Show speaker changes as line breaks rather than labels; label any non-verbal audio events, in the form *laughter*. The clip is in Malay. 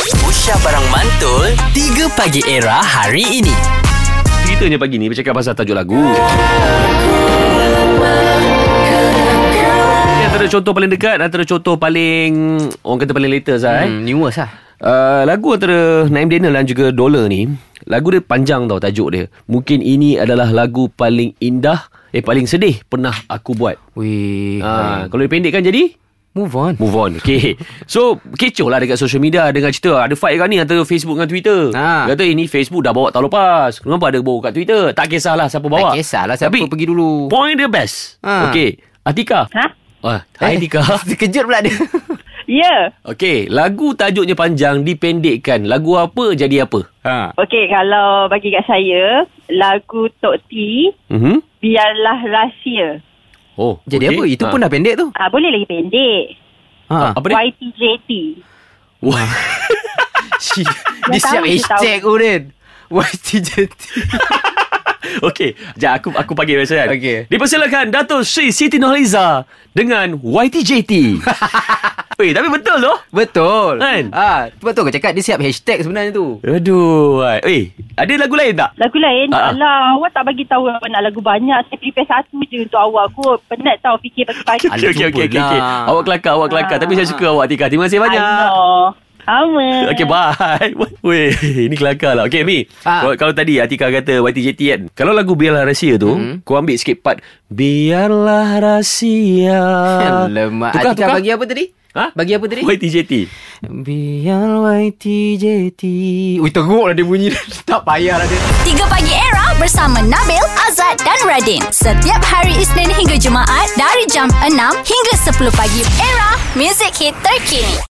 Aisyah Barang Mantul 3 Pagi Era hari ini
Ceritanya pagi ni bercakap pasal tajuk lagu. Ini antara contoh paling dekat, antara contoh paling orang kata paling latest lah eh.
Hmm, newest lah
Uh, lagu antara Naim Daniel dan juga Dollar ni, lagu dia panjang tau tajuk dia. Mungkin ini adalah lagu paling indah, eh paling sedih pernah aku buat.
Weh
Ah, Eh, kalau dipendekkan jadi
Move on
Move on Okay So kecoh lah dekat social media Dengan cerita Ada fight kan ni Antara Facebook dengan Twitter
Ha.
Kata ini Facebook dah bawa tahun lepas Kenapa ada bawa kat Twitter Tak kisahlah siapa bawa
Tak kisahlah siapa pergi dulu.
Point dia best
Ha. Eh.
Okay Atika
Ha?
ah, Hai *laughs* Atika
Terkejut pula dia
Ya.
Okay Lagu tajuknya panjang Dipendekkan Lagu apa jadi apa
ha.
Okey, kalau bagi kat saya, lagu Tok T,
mm-hmm.
Biarlah Rahsia.
Oh
Mhm. Jadi
okay.
apa Itu pun dah pendek tu
Ah, boleh lagi pendek.
*laughs* ha.
Apa dia
YTJT.
Wah *laughs*
Dia
tahu,
siap
dia
hashtag Urin *laughs* YTJT
Okay Sekejap aku, aku panggil biasa kan
Okey.
Dipersilakan Dato' Sri Siti Nurhaliza Dengan
*laughs*
YTJT Weh tapi betul loh
Betul
Kan?
ha. Sebab tu aku cakap Dia siap hashtag sebenarnya tu
Aduh ai. Eh ada lagu lain tak?
Lagu lain,
Ah, ah.
uh alah, awak tak bagi tahu awak nak lagu banyak. Saya prepare satu je untuk awak kot. Penat tau fikir
Alah,
pagi-pagi.
Okey okey okey okey. okey.
jumpa lah.
Awak kelakar awak kelakar tapi saya suka awak Tika. Terima kasih banyak.
Alah. Sama.
Okay bye *laughs* Weh Ini kelakar lah Okay Mi
Ah.
kalau, kalau tadi Atika kata YTJT kan Kalau lagu Biarlah Rahsia tu
Mhm.
Kau ambil sikit part Biarlah Rahsia
Lemak
Ah. Tukar
Atika
tukar
bagi apa tadi?
Ha?
Bagi apa tadi?
YTJT
Biar YTJT Ui teruk lah dia bunyi *laughs* Tak payah lah dia
3 Pagi Era bersama Nabil, Azad dan Radin. Setiap hari Isnin hingga Jumaat dari jam 6 hingga 10 pagi. Era, music hit terkini.